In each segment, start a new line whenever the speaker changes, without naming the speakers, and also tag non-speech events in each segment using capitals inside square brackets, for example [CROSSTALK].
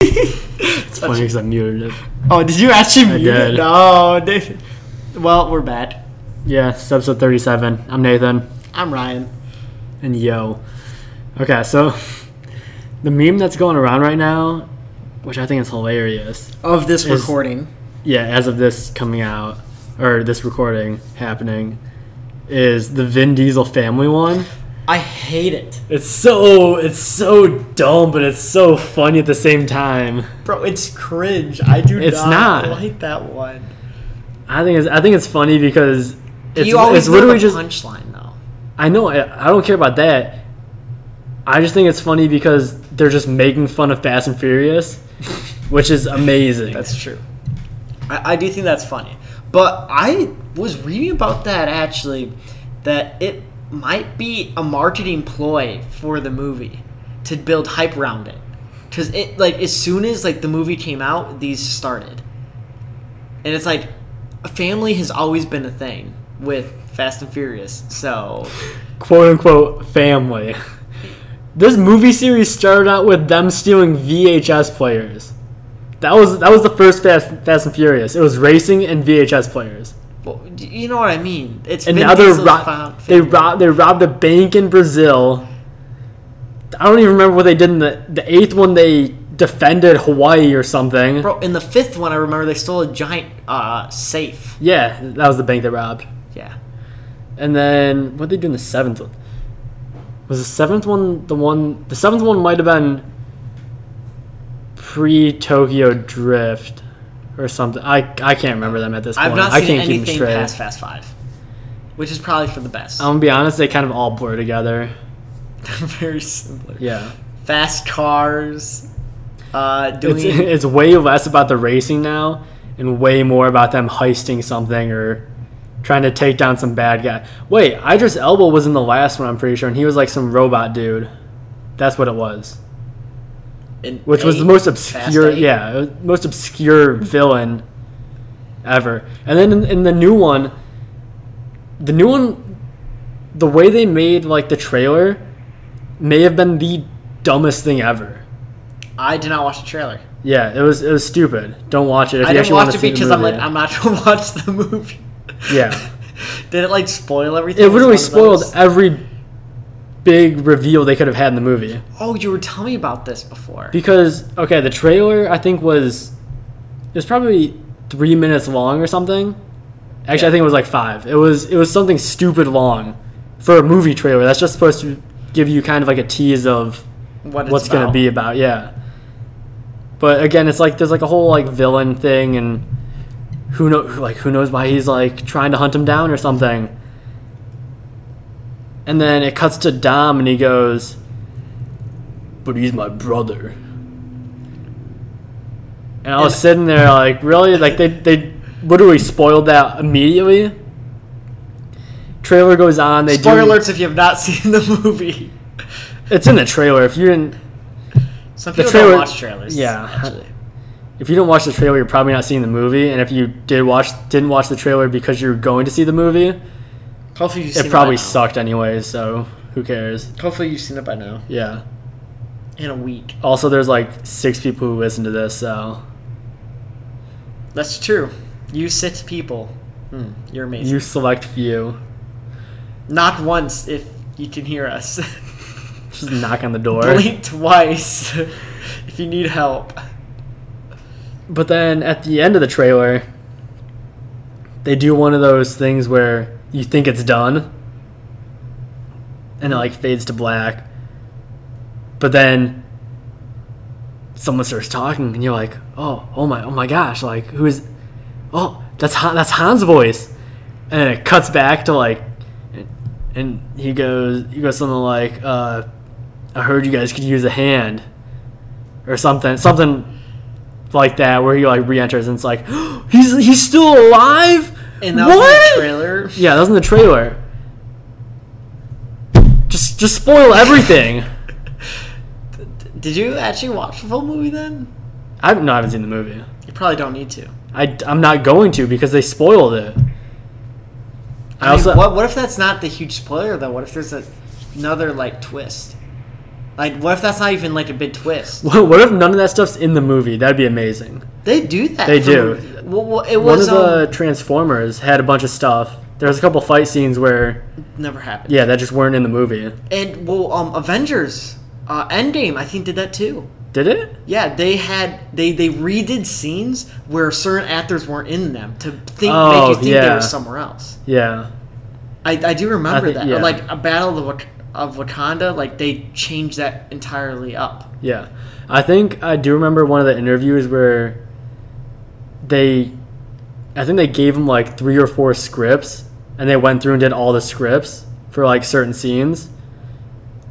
it's funny because I muted it.
Oh, did you actually mute
did.
it? No. They, well, we're bad.
Yeah, it's episode 37. I'm Nathan.
I'm Ryan.
And yo. Okay, so the meme that's going around right now, which I think is hilarious.
Of this
Is-
recording.
Yeah, as of this coming out, or this recording happening, is the Vin Diesel family one.
I hate it.
It's so it's so dumb, but it's so funny at the same time.
Bro, it's cringe. I do
It's
not,
not.
like that one.
I think it's I think it's funny because it's,
you always
it's
know
literally
the
just
punchline though.
I know. I, I don't care about that. I just think it's funny because they're just making fun of Fast and
[LAUGHS]
Furious, which is amazing.
That's true. I, I do think that's funny. But I was reading about that actually, that it might be a marketing ploy for the movie to build hype around it. Cause it like as soon as like the movie came out, these started. And it's like family has always been a thing with Fast and Furious, so
quote unquote family. This movie series started out with them stealing VHS players. That was that was the first Fast, Fast and Furious. It was racing and VHS players.
well, y- you know what I mean. It's
And
Vin
now they're
Diesel's
ro-
found
they
figure.
robbed they robbed a bank in Brazil. I don't even remember what they did in the the eighth one. They defended Hawaii or something.
Bro, in the fifth one, I remember they stole a giant uh, safe.
Yeah, that was the bank they robbed.
Yeah.
And then what did they do in the seventh one? Was the seventh one the one? The seventh one might have been pre Tokyo Drift or something. I I can't remember them at this
I've
point.
not
I
seen
can't keep them
anything
straight. Um,
past Fast Five, which is probably for the best.
I'm gonna be honest. They kind of all blur together.
[LAUGHS] Very similar.
Yeah,
Fast cars, uh, doing
it's [LAUGHS] it's way less about the racing now and way more about them heisting something or trying to take down some bad guy. Wait, Idris Elba was in the last one. I'm pretty sure, and he was like some robot dude. That's what it was.
in
which was
eight,
the most
Fast
obscure,
Eight.
yeah, it was the most obscure villain ever. And then in, in the new one, the new one, the way they made like the trailer may have been the dumbest thing ever.
I did not watch the trailer.
Yeah, it was it was stupid. Don't watch it. If
I
you
didn't
actually want
watch
to
it
see
because
the
I'm
movie.
like I'm not gonna [LAUGHS] watch the movie. [LAUGHS]
yeah,
did it like spoil everything?
it
Was one
literally
of
spoiled
those-
every big reveal they could have had in the movie.
Oh, you were telling me about this before.
Because okay, the trailer I think was it was probably three minutes long or something. Actually, I
Yeah.
think it was like five. It was it was something stupid long for a movie trailer. That's just supposed to give you kind of like a tease of
what it's
what's
about.
gonna be about. Yeah. But again, it's like there's like a whole like villain thing, and who know like who knows why he's like trying to hunt him down or something. And then it cuts to Dom, and he goes, "But he's my brother." And I was
And-
sitting there like, really? Like they they literally spoiled that immediately. Trailer goes on. They
Spoiler
do.
alerts if you have not [LAUGHS] seen the movie.
It's in the trailer. If you didn't,
Some people
trailer-
don't watch trailers.
yeah.
actually.
if you don't watch the trailer, you're probably not seeing the movie. And if you did watch, didn't watch the trailer because you're going to see the movie,
Hopefully you've seen
it probably
by now.
sucked anyways. So who cares?
Hopefully you've seen it by now.
Yeah.
In a week.
Also, there's like six people who listen to this, so
That's true. You six people. Hmm, you're amazing.
you select few.
Knock once if you can hear us. [LAUGHS]
Just knock on the door.
Blink twice [LAUGHS] if you need help.
But then at the end of the trailer, they do one of those things where you think it's done and it like fades to black. But then someone starts talking and you're like, "Oh, oh my, oh my gosh, like who is Oh, that's Han, that's Han's voice." And then it cuts back to like and he goes he goes something like, uh, "I heard you guys could use a hand." Or something, something like that where he like re-enters and it's like [GASPS] he's he's still alive
And that was
What?
in the trailer.
yeah that was in the trailer just just spoil everything
Did you actually watch the full movie then?
i no, I haven't seen the movie
You probably don't need to.
I, i'm not going to because they spoiled it [LAUGHS] i,
I mean,
also
what, what if that's not the huge spoiler though? What if there's a, another like twist? Like, what if that's not even like a big twist?
What what if none of that stuff's in the movie? That'd be amazing.
They do that.
They
for
do.
movies. Well, well, it
One of
was
the
um,
Transformers had a bunch of stuff. There was a couple fight scenes where
never happened.
yeah, that just weren't in the movie.
And well, um, Avengers, uh, Endgame, I think did that too.
Did it?
Yeah, they had they they redid scenes where certain actors weren't in them to think
Oh,
make you think they
yeah.
were somewhere else.
Yeah.
I, I do remember
think-
that.
yeah.
Like a Battle of, Wak- of Wakanda, like they changed that entirely up.
Yeah. I think I do remember one of the interviews where they I think they gave him like three or four scripts and they went through and did all the scripts for like certain scenes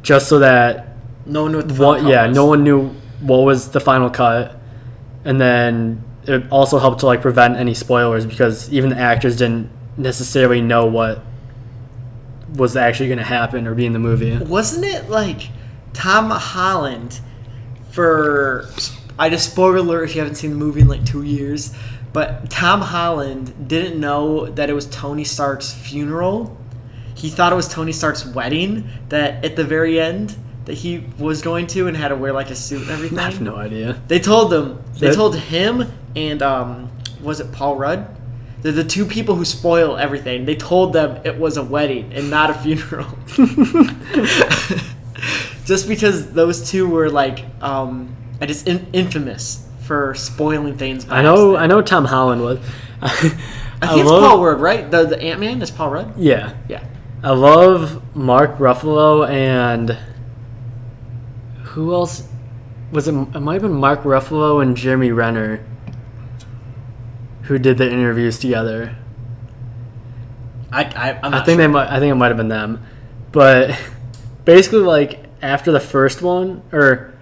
just so that
No one knew what the
Well,
fuck
yeah,
was.
no one knew what was the final cut, and then it also helped to like prevent any spoilers because even the actors didn't necessarily know what was actually going to happen or be in the movie.
Wasn't it like Tom Holland for I just spoiler alert if you haven't seen the movie in like two years, but Tom Holland didn't know that it was Tony Stark's funeral. He thought it was Tony Stark's wedding that at the very end that he was going to and had to wear like
[LAUGHS]
a suit and everything.
I have no idea.
They told them. They
That-
told him and um, was it Paul Rudd? They're the two people who spoil everything. They told them it was a wedding and not a funeral.
[LAUGHS]
[LAUGHS] just because those two were like, um, I just in- infamous for spoiling things. By
I know. I
accident.
know Tom Holland was. [LAUGHS] I,
I think it's Paul Rudd, right? The the Ant Man is Paul Rudd.
Yeah,
Yeah.
I love Mark Ruffalo and who else? Was it? It might have been Mark Ruffalo and Jeremy Renner who did the interviews together.
I I, I'm
I
not
think
sure.
they might. I think it might have been them, but [LAUGHS] basically, like after the first one, or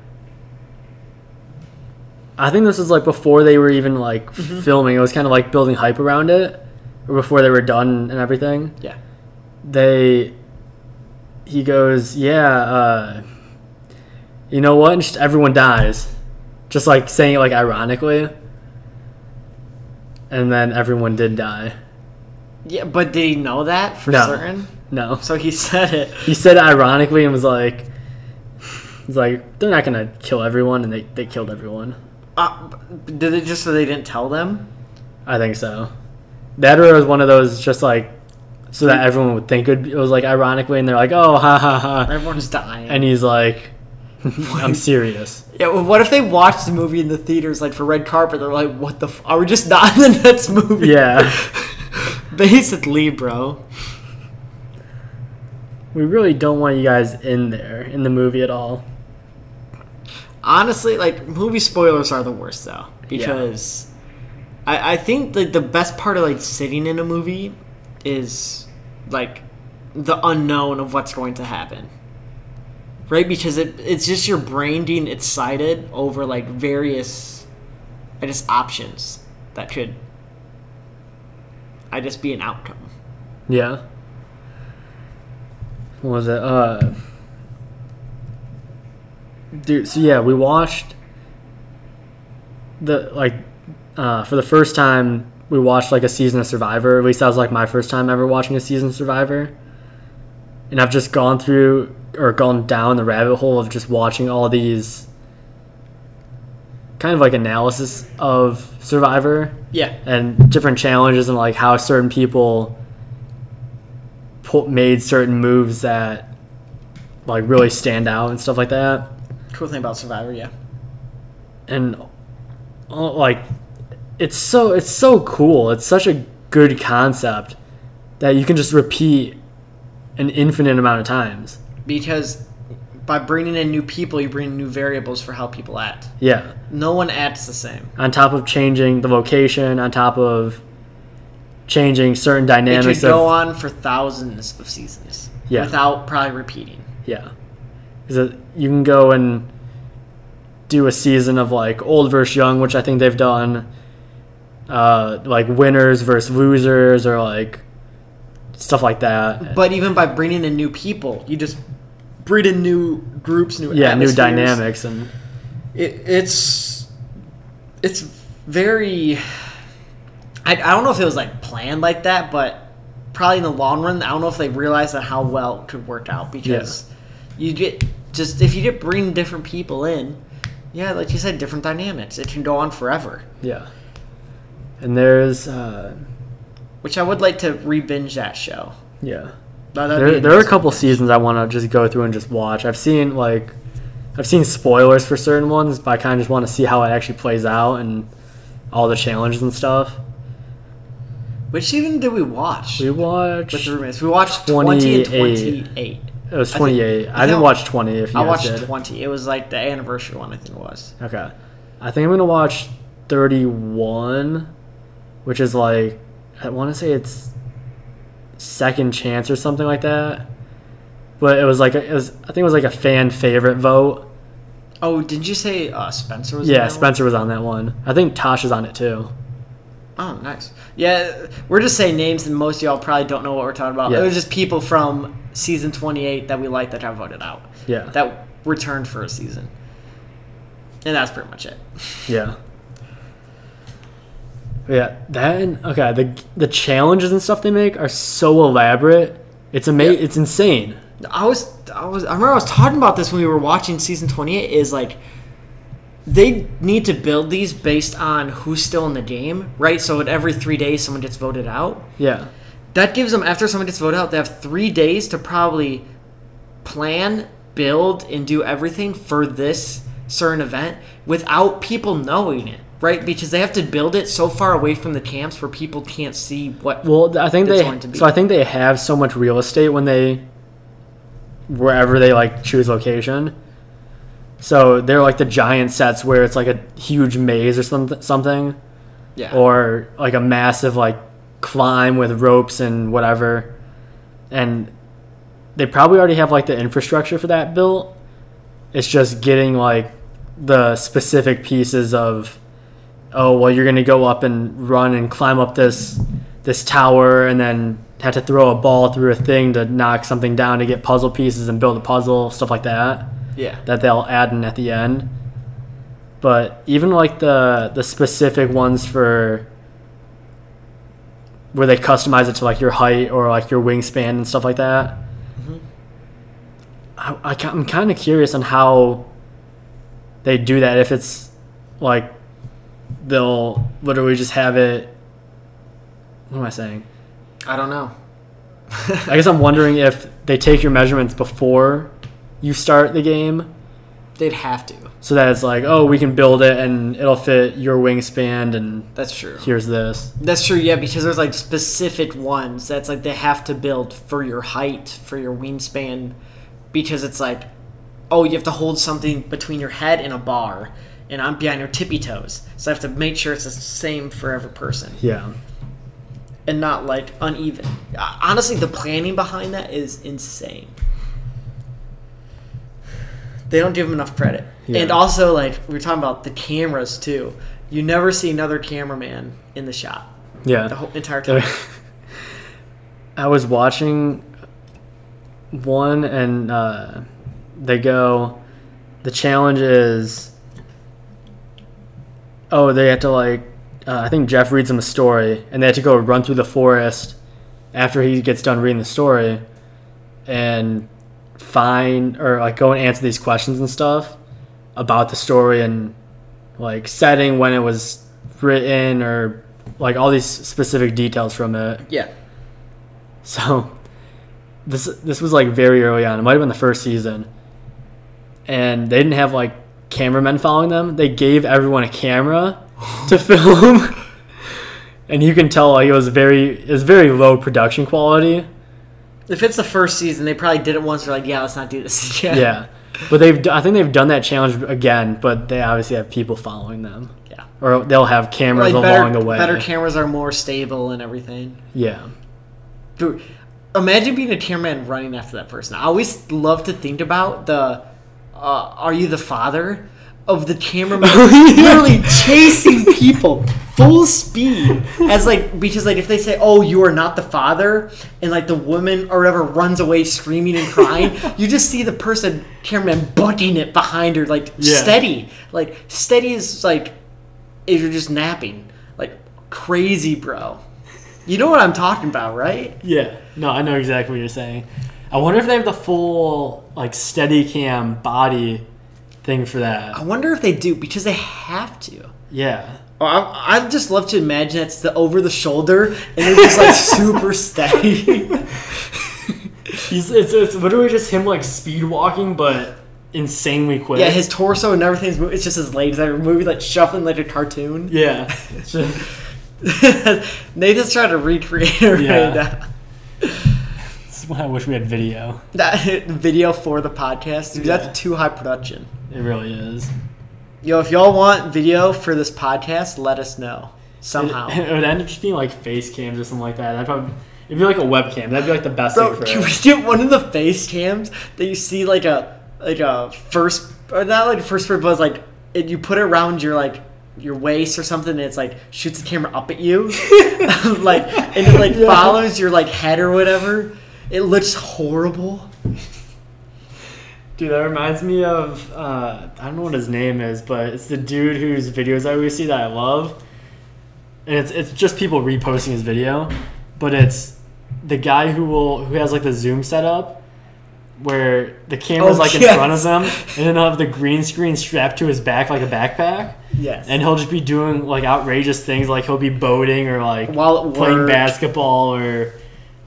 I think this is like before they were even like filming. It was kind of like building hype around it, or before they were done and everything.
yeah.
They, he goes, yeah, uh, you know what? And just everyone dies, just like saying it like ironically, and then everyone did die.
Yeah, but did he know that for
No.
certain?
No.
So he [LAUGHS] said it.
he said it ironically and was like he's like they're not gonna kill everyone and they, they killed everyone
Uh, did it just so they didn't tell them?
i think so that or it was one of those just like so that everyone would think it'd be- it was like ironically and they're like oh ha ha ha
Everyone's dying.
and he's like [LAUGHS] i'm serious
yeah, well, what if they watched the movie in the theaters, like for red carpet? They're like, "What the? F- are we just not in the next movie?"
Yeah.
[LAUGHS] basically, bro.
we really don't want you guys in there in the movie at all
Honestly, like movie spoilers are the worst though, because I, I think like the best part of like sitting in a movie is like the unknown of what's going to happen. Right, because it, it's just your brain being excited over like various, I just options that could, I just be an outcome.
yeah what was it uh dude so yeah we watched the like uh, for the first time we watched like a season of survivor at least that was like my first time ever watching a season of survivor and i've just gone through or gone down the rabbit hole of just watching all these kind of like analysis of survivor
Yeah,
and different challenges and like how certain people pu- made certain moves that like really stand out and stuff like that
cool thing about Survivor, yeah.
and uh, like it's so it's so cool it's such a good concept that you can just repeat an infinite amount of times
Because by bringing in new people, you bring in new variables for how people act.
yeah
No one acts the same.
on top of changing the location on top of changing certain
It could
dynamics
go
of,
on for thousands of seasons
Yeah.
without probably repeating.
Yeah. Because you can go and do a season of like old versus young, which I think they've done, uh, like winners versus losers, or like stuff like that.
But even by bringing in new people, you just breed in new groups, new
yeah, new
atmospheres.
dynamics and
It, it's it's very. I, I don't know if it was like planned like that, but probably in the long run, I don't know if they realized that how well it could work out because you get just if you did bring different people in, yeah, like you said, different dynamics. It can go on forever.
Yeah. And there's uh,
Which I would like to re-binge that show.
yeah.
Now, that'd be
There, there are a
nice
couple
one.
seasons I want to just go through and just watch. I've seen like I've seen spoilers for certain ones, but I kind of just want to see how it actually plays out and all the challenges and stuff.
Which season did we watch?
We watched.
with the roommates. We watched 20 and
28.
28.
It was 28. I,
I
didn't
think-
watch 20 if you
I
guys
watched
did.
20. It was like the anniversary one, I think it was.
Okay. I think I'm going to watch 31, which is like, I want to say it's Second Chance or something like that. But it was like, a, it was, I think it was like a fan favorite vote.
Oh, didn't you say uh, Spencer was in
Yeah,
that one?
Spencer was on that one. I think Tosh is on it too.
Oh, nice. Yeah, we're just saying names, and most of y'all probably don't know what we're talking about.
Yeah.
It was just people from season 28 that we liked that got voted out,
Yeah.
that returned for a season. And that's pretty much it.
Yeah. Yeah, that and okay, the the challenges and stuff they make are so elaborate. It's ama-
Yeah.
it's insane.
I was, I was, I remember I was talking about this when we were watching season 28 is like, they need to build these based on who's still in the game, right? So at every three days, someone gets voted out.
Yeah.
That gives them, after someone gets voted out, they have three days to probably plan, build, and do everything for this certain event without people knowing it, right? Because they have to build it so far away from the camps where people can't see what.
Well, th- I think
That's
they
going to be-
so I think they have so much real estate when they wherever they like choose location. So they're like the giant sets where it's like a huge maze or something, something,
yeah.
or like a massive like climb with ropes and whatever, and they probably already have like the infrastructure for that built. It's just getting like the specific pieces of oh well you're gonna go up and run and climb up this this tower and then have to throw a ball through a thing to knock something down to get puzzle pieces and build a puzzle stuff like that
yeah.
that they'll add in at the end but even like the the specific ones for where they customize it to like your height or like your wingspan and stuff like that I, I, ca- i'm kind of curious on how they do that if it's like they'll literally just have it what am i saying
I don't know.
i guess i'm wondering if they take your measurements before you start the game
They'd have to.
so that it's like oh we can build it and it'll fit your wingspan and
That's true.
here's this
That's true, yeah, because there's like specific ones that's like they have to build for your height, for your wingspan, because it's like, oh, you have to hold something between your head and a bar, and I'm behind your tippy toes. So I have to make sure it's the same for every person
yeah
and not like uneven. Uh, Honestly, the planning behind that is insane. They don't give them enough credit.
Yeah.
And also, like, we were talking about the cameras too. You never see another cameraman in the shot
yeah
the whole entire time.
I was watching one, and uh, they go. The challenge is, oh, they have to like. Uh, I think Jeff reads them a story, and they have to go run through the forest after he gets done reading the story, and find or like go and answer these questions and stuff about the story and like setting when it was written or like all these specific details from it.
yeah.
So this this was like very early on. It might have been the first season. And they didn't have like cameramen following them. They gave everyone a
[LAUGHS]
camera to film. and you can tell like it was very it was very low production quality.
If it's the first season, they probably did it once. They're like, yeah, let's not do this [LAUGHS] again.
Yeah. But they've d- I think they've done that challenge again, but they obviously have people following them.
yeah.
Or they'll have cameras
Like better,
along the way.
better cameras are more stable and everything.
yeah.
Dude, imagine being a cameraman running after that person. I always love to think about the uh, "Are you the father?" of the cameraman literally chasing people full speed as like because like if they say oh you are not the father and like the woman or whatever runs away screaming and crying you just see the person cameraman butting it behind her like
Yeah.
steady like steady is like if you're just napping like crazy bro you know what i'm talking about right
Yeah. No, I know exactly what you're saying. I wonder if they have the full like steady cam body thing for
I
that.
wonder if they do because they have to.
Yeah.
Oh, I, I just love to imagine that's the over the shoulder and they're just [LAUGHS] like super steady.
He's it's, it's literally just him like speed walking but insanely quick.
yeah, his torso and everything's moving. It's just his legs that are moving, like shuffling like a cartoon. [LAUGHS]
Yeah. [LAUGHS] It's just-
they just try to recreate it
Yeah.
right now.
it's why I wish we had video.
That video for the podcast, dude,
Yeah.
that's too high production.
It really is.
Yo, if y'all want video for this podcast, let us know
[LAUGHS]
somehow.
It, it would end up just being like face cams or something like that. That'd probably it'd be like a webcam. That'd be like the best
Bro,
thing for
can we
it.
get one of the face cams that you see like a like a first or not like a first person, but it's like it, you put it around your like your waist or something and it's like shoots the camera up at [LAUGHS] you like and it like
Yeah.
follows your like head or whatever it looks horrible
Dude, that reminds me of uh, I don't know what his name is, but it's the dude whose videos I always see that I love, and it's it's just people reposting his video, but it's the guy who will who has like the Zoom setup. Where the camera's
Oh,
like in
yes.
front of him, and then he'll have the green screen strapped to his back like a backpack,
yes
and he'll just be doing like outrageous things, like he'll be boating or like
While at
playing
work.
basketball or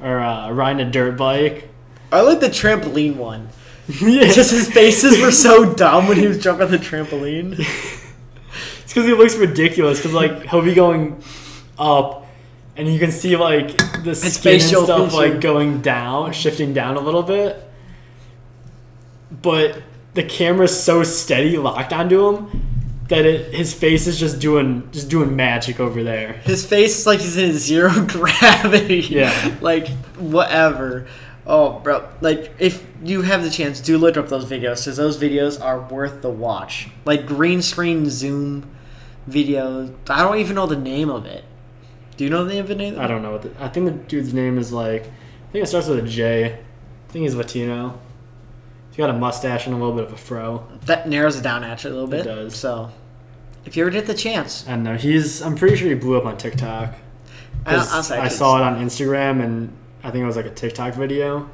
or uh, riding a dirt bike. [LAUGHS]
i like the trampoline one
yeah,
[LAUGHS] just his faces were [LAUGHS] so dumb when he was jumping on the trampoline
It's because he looks ridiculous. Because like he'll be going up, and you can see like the skin and
facial
stuff
feature.
like going down, shifting down a little bit. But the camera's so steady, locked onto him, that it, his face is just doing just doing magic over there.
His face is like he's in zero [LAUGHS] gravity.
Yeah.
like whatever. Oh, bro! Like if you have the chance, do look up those videos because those videos are worth the watch. Like green screen zoom videos. I don't even know the name of it. Do you know the name of it?
I don't know. What the, I think the dude's name is like. I think it starts with a J. I think he's Latino. He's got a mustache and a little bit of a fro.
That narrows it down actually a little bit.
does.
So, if you ever get the chance,
I don't know. He's. I'm pretty sure he blew up on TikTok.
I,
'Cause
I'll say
I saw it on Instagram, and I think it was like a TikTok video.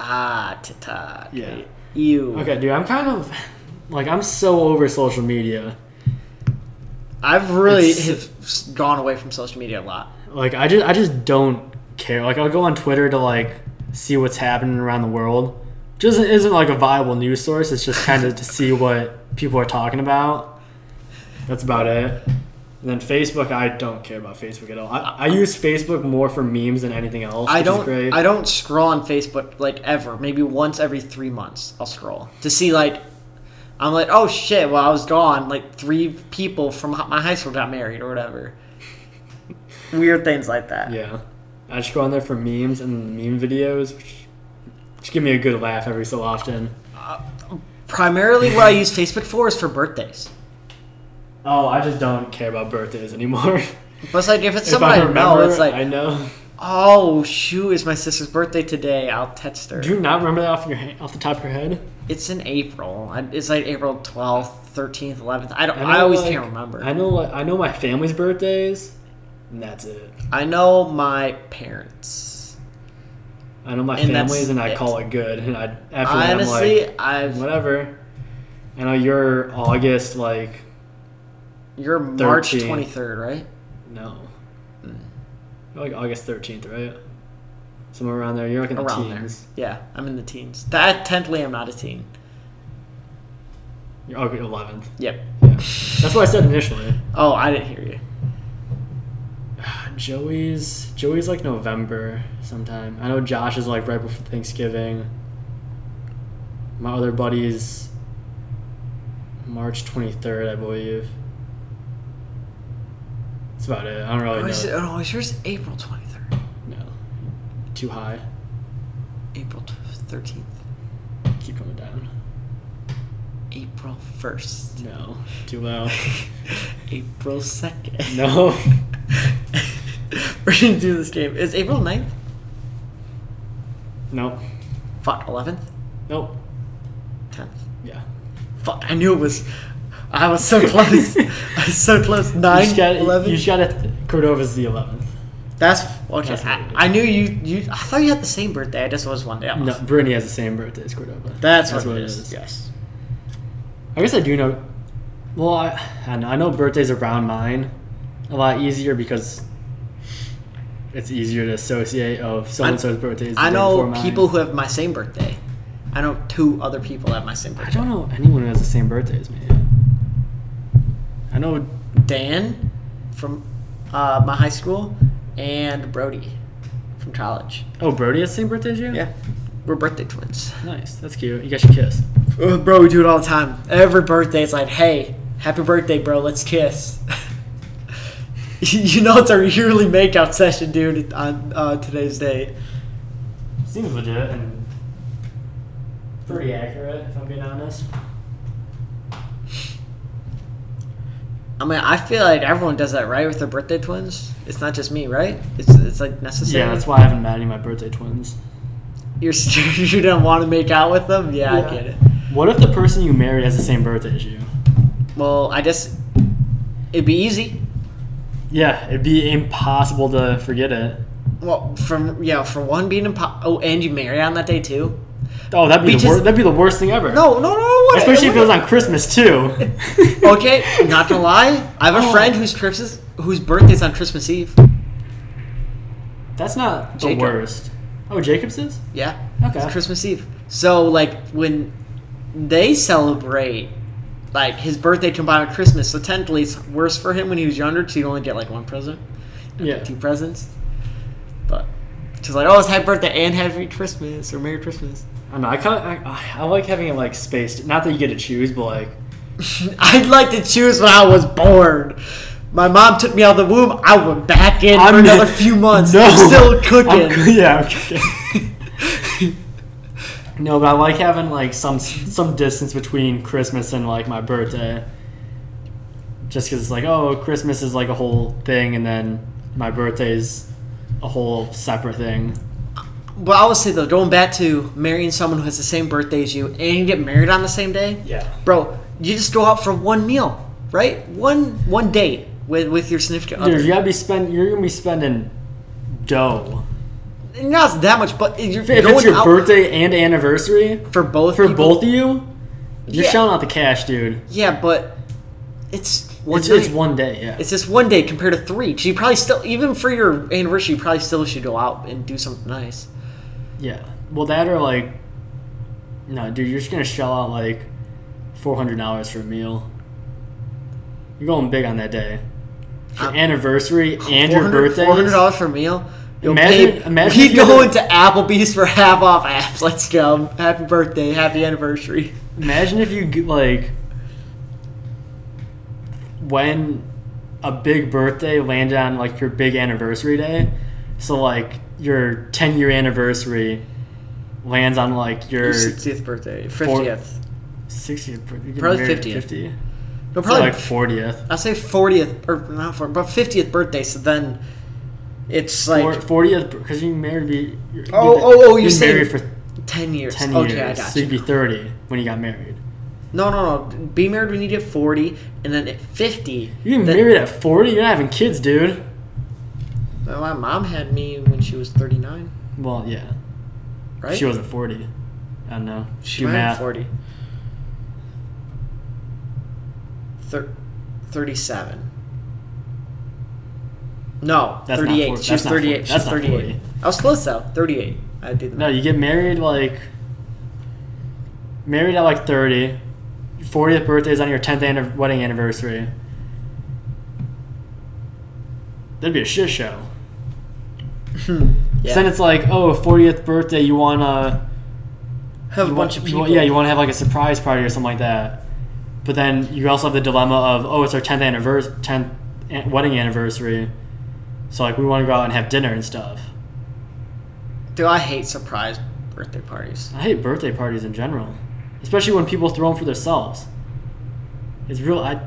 Ah, TikTok.
Yeah.
You.
Okay, dude, I'm kind of like I'm so over social media.
I've really
It's-
have s- gone away from social media a lot.
Like I just I just don't care. Like I'll go on Twitter to like see what's happening around the world. Just isn't like a viable news source. It's just kind of to see what people are talking about. That's about it. And then Facebook, I don't care about Facebook at all. I, I use Facebook more for memes than anything else. which
I
Is
don't.
great.
I don't scroll on Facebook like ever. Maybe once every three months, I'll scroll to see like. I'm like, oh shit! Well, I was gone. Like three people from hi- my high school got married
[LAUGHS]
or whatever. Weird things like that.
Yeah. I just go on there for memes and meme videos, which just give me a good laugh every so often.
Primarily,
[LAUGHS]
what I use Facebook for is for birthdays.
Oh, I just don't care about birthdays anymore. [LAUGHS]
But it's like if it's
if
someone
I
I,
remember,
know, it's like,
I know.
oh shoot, it's my sister's birthday today. I'll text her.
Do you not remember that off your he- off the top of your head?
It's in April. I- It's like April twelfth, thirteenth, eleventh. I don't.
know,
I, always
like,
can't remember.
I know. like, I know my family's birthdays, and that's it.
I know my parents.
I know my
And that's
family's, and I
it.
call it good. And I after that, I'm
Honestly,
like,
I've
whatever. I know you're August, like
you're March
13.
twenty third, right?
no, You're, like August thirteenth, right? Somewhere around there. You're like in the
Around
teens.
there. Yeah, I'm in the teens. That technically, I'm not a teen.
You're okay, 11th.
Yep.
Yeah. That's what I said initially.
Oh, I didn't hear you.
[SIGHS] Joey's Joey's like November sometime. I know Josh is like right before Thanksgiving. My other buddy's March 23rd, I believe. That's about it. I don't really
Oh, is it,
know.
oh, no, is yours April twenty third?
No. Too high.
April thirteenth.
Keep coming down.
April first.
No. Too low.
[LAUGHS] April second.
[LAUGHS]
[LAUGHS]
No.
We're gonna do this game. Is April 9th?
Nope.
Fuck, eleventh,
Nope.
tenth.
Yeah.
Fuck, I knew it was. I
[LAUGHS]
was so close. I was so close.
You
Nine,
just got,
eleven.
You just got it. Cordova's the 11th.
That's okay.
That's
I,
not good.
I knew you. You. I thought you had the same birthday. I just was one day off.
No, Brittany has the same birthday as Cordova.
That's, what, it is. Yes.
I guess I do know. Well, I, I, know, I know birthdays around mine a lot easier because it's easier to associate. Oh, so and so's birthday is the
I
day before
know
mine.
people who have my same birthday. I know two other people that have my same
I
birthday.
don't know anyone who has the same birthday as me. I know.
Dan from uh, my high school and Brody from college.
Oh, Brody has the same birthday as you.
Yeah, we're birthday twins.
Nice. That's cute. You guys should kiss.
Ugh, bro, we do it all the time. Every birthday, it's like, hey, happy birthday, bro. Let's kiss. [LAUGHS] you know, it's our yearly makeout session, dude. On uh, today's date.
Seems legit and pretty accurate, if I'm being honest.
I mean, I feel like everyone does that, right? With their birthday twins. It's not just me, right? It's it's like necessary.
Yeah, that's why I haven't met any of my birthday twins.
You're [LAUGHS] you don't want to make out with them. Yeah,
Yeah.
I get it.
What if the person you marry has the same birthday as you?
Well, I guess it'd be easy.
Yeah, it'd be impossible to forget it.
Well, from yeah, for one being impo- oh, and you marry on that day too.
Oh, that'd be the
Beaches-
wor- that'd be the worst thing ever.
No, no, no, no way.
especially if it
What-
was on Christmas too.
[LAUGHS] Okay, not gonna lie, I have a
[LAUGHS] Oh.
friend whose Christmas whose birthday's on Christmas Eve.
That's not the
Jacob.
worst. Oh, Jacob's is.
Yeah,
Okay.
it's Christmas Eve. So like when they celebrate, like his birthday combined with Christmas, so technically it's worse for him when he was younger because he'd only get like one present,
Yeah.
two presents. But she's like, oh, it's happy birthday and happy Christmas or Merry Christmas. [LAUGHS]
I don't know. I kind of I, I like having it like spaced. Not that you get to choose, but like
I'd like to choose when I was born. My mom took me out of the womb. I went back in for
[LAUGHS]
another few months.
No.
I'm still
I'm
cooking.
coo- [LAUGHS] yeah. I'm cooking.
[LAUGHS]
no, but I like having like some some distance between Christmas and like my birthday. Just because it's like, oh, Christmas is like a whole thing, and then my birthday's a whole separate thing.
But I would say though, going back to marrying someone who has the same birthday as you and you get married on the same day,
Yeah.
bro, you just go out for one meal, right? One one date with with your significant other.
Dude, you gotta be spend. You're gonna be spending dough.
Not that much, but you're
If
going
it's your
out
birthday and anniversary
for both.
for
people.
both of you, you're
Yeah.
shelling out the cash, dude.
Yeah, but it's one.
It's, it's
night.
one day. Yeah.
It's just one day compared to three. 'cause You probably still, even for your anniversary, you probably still should go out and do something nice.
Yeah. Well, that or like, no, dude, you're just gonna shell out like four hundred dollars for a meal. You're going big on that day. Your
Um,
anniversary and your
400
birthday.
$400 for a meal? Yo,
Imagine-
babe,
imagine if
we
you
go
were-
into Applebee's for half off apps. [LAUGHS] Let's go. Happy birthday. Happy anniversary.
Imagine if you g- like when a big birthday landed on like your big anniversary day. So like your ten year anniversary lands on like your
Your 60th birthday. 50th.
sixtieth.
Probably 50th.
Fifty. So
No, probably.
like fortieth.
I'll say 40th, or not 40th, but 50th birthday. So then it's like
fortieth because you married be. you're- you've been-
Oh, oh, oh,
you've
you're
been married
saying-
for
10 years.
ten
okay, I
years,
got
so
you.
you'd be thirty when you got married.
No, no, no. Be married when you get 40, and then at 50.
You get
then-
married at forty. You're not having kids, dude.
Well, My mom had me when she was 39,
Well, yeah,
right?
she wasn't forty. I don't know.
She
Do
might have
math.
40. Thir- 37. No,
That's not
38.
forty- that's
She was
not forty-
38.
that's
She was
not
38.
forty.
I was close though. 38. I did
No,
not.
you get married like married at like thirty. Your fortieth birthday is on your tenth anniv- wedding anniversary. That'd be a shit show. [LAUGHS]
[LAUGHS] yeah.
Then it's like, oh, 40th birthday, you wanna
have a
You want-
bunch of
you
people.
want- yeah, you want to have like a surprise party or something like that. But then you also have the dilemma of, oh, it's our tenth anniversary, tenth an- wedding anniversary, so like we want to go out and have dinner and stuff.
Do I hate surprise birthday parties?
I hate birthday parties in general, especially when people throw them for themselves. It's real. I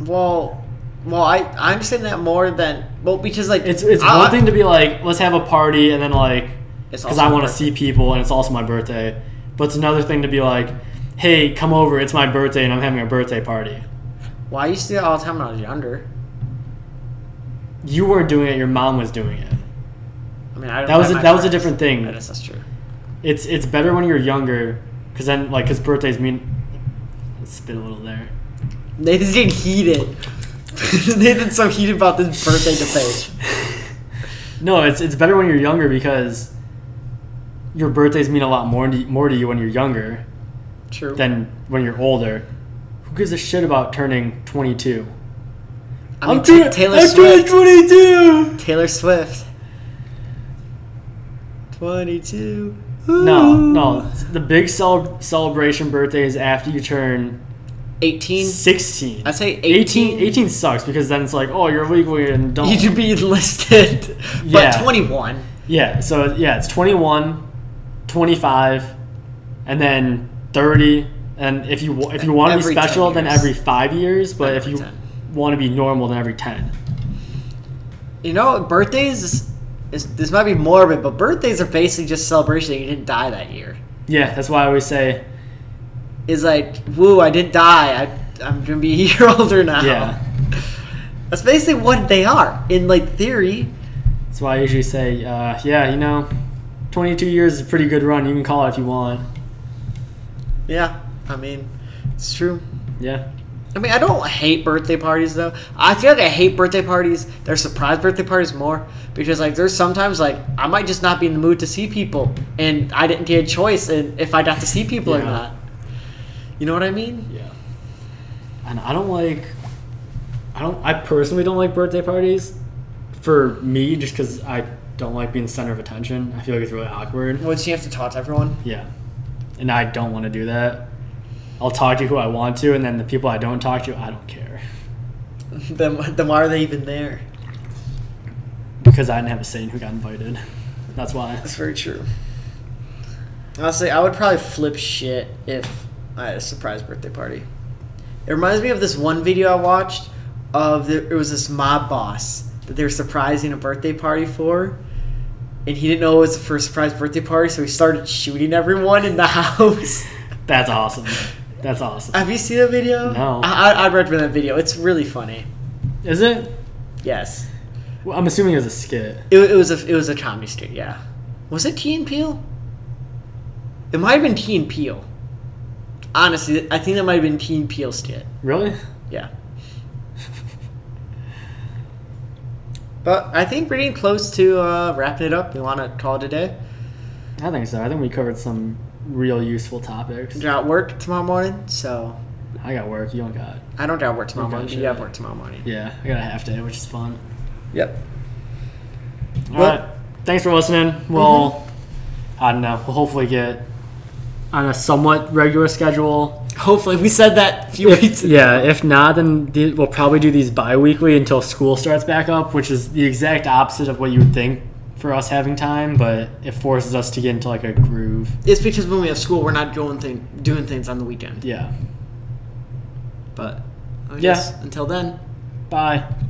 Well, well, I I understand that more than well because like
it's it's
I-
one thing to be like, let's have a party and then like,
It's
because
also
I want
my
to see people and it's also my birthday. But it's another thing to be like, hey, come over, it's my birthday and I'm having a birthday party.
Well, I used to do that all the time when I was younger.
you weren't doing it; your mom was doing it.
I mean, I don't
That was a,
have my
that was a
parents.
different thing.
That is that's true.
It's it's better when you're younger, because then like because birthdays mean. Let's spit a little there.
Nathan's getting heated. [LAUGHS] Nathan's so heated about this [LAUGHS] birthday debate.
[LAUGHS] No, it's it's better when you're younger because your birthdays mean a lot more to, more to you when you're younger
True.
than when you're older. Who gives a shit about turning 22?
I mean,
I'm
Ta-
turning-
Taylor
I'm turning 22.
Swift. Taylor Swift. Twenty-two.
No,
Ooh.
no. The big cel- celebration birthday is after you turn
Eighteen.
16.
I say
18,
18.
18 sucks because then it's like, oh, you're legally an adult.
You should be enlisted. [LAUGHS]
Yeah.
But twenty-one.
Yeah, so yeah, it's 21, 25, and then 30. And if you wa- if you want to be
Every 10
special, then
years.
every five years. But if
Every
you
10.
want to be normal, then every ten.
You know, birthdays. Is, is, this might be morbid, but birthdays are basically just celebration that you didn't die that year.
Yeah, that's why I always say
It's like, woo, I didn't die. I, I'm gonna be a [LAUGHS] year older now.
yeah.
[LAUGHS] That's basically what they are in like theory.
That's why I usually say uh, yeah. You know, twenty two years is a pretty good run. You can call it if you want.
Yeah, I mean, it's true.
Yeah.
I mean, I don't hate birthday parties though. I feel like I hate birthday parties. They're surprise birthday parties more because like there's sometimes like I might just not be in the mood to see people, and I didn't get a choice in if I got to see people or
Yeah.
not. You know what I mean?
Yeah. And I don't like. I don't. I personally don't like birthday parties. For me, just because I don't like being center of attention, I feel like it's really awkward.
Once you have to talk to everyone. [LAUGHS]
Yeah. And I don't want to do that. I'll talk to who I want to, and then the people I don't talk to, I don't care.
Then, then why are they even there?
Because I didn't have a say in who got invited. That's why.
That's very true. Honestly, I would probably flip shit if I had a surprise birthday party. It reminds me of this one video I watched of the, it was this mob boss that they were surprising a birthday party for, and he didn't know it was for a surprise birthday party, so he started shooting everyone in the [LAUGHS] house.
That's awesome. That's awesome.
Have you seen that video?
No.
I, I, I'd recommend that video. It's really funny.
Is it?
Yes,
Well, I'm assuming it was a skit.
it, it was a it was a comedy skit. Yeah, was it Key and Peele? It might have been Key and Peele. Honestly, I think that might have been Key and Peele skit.
Really? [LAUGHS]
Yeah. But I think we're getting close to uh, wrapping it up. You want to call it a day?
I think so. I think we covered some real useful topics.
You're at work tomorrow morning, so
I got work. You don't got.
I don't got work tomorrow
Okay,
morning. but You
sure.
have work tomorrow morning.
Yeah, I got a half day, which is fun.
Yep.
All
Well-
right. Thanks for listening. We'll, I don't know. We'll hopefully get on a somewhat regular schedule.
Hopefully, we said that a few weeks.
If, [LAUGHS] yeah, if not, then the, we'll probably do these bi-weekly until school starts back up, which is the exact opposite of what you would think for us having time, but it forces us to get into like a groove.
It's because when we have school, we're not going thing doing things on the weekend.
Yeah.
But I
Yeah.
guess until then.
Bye.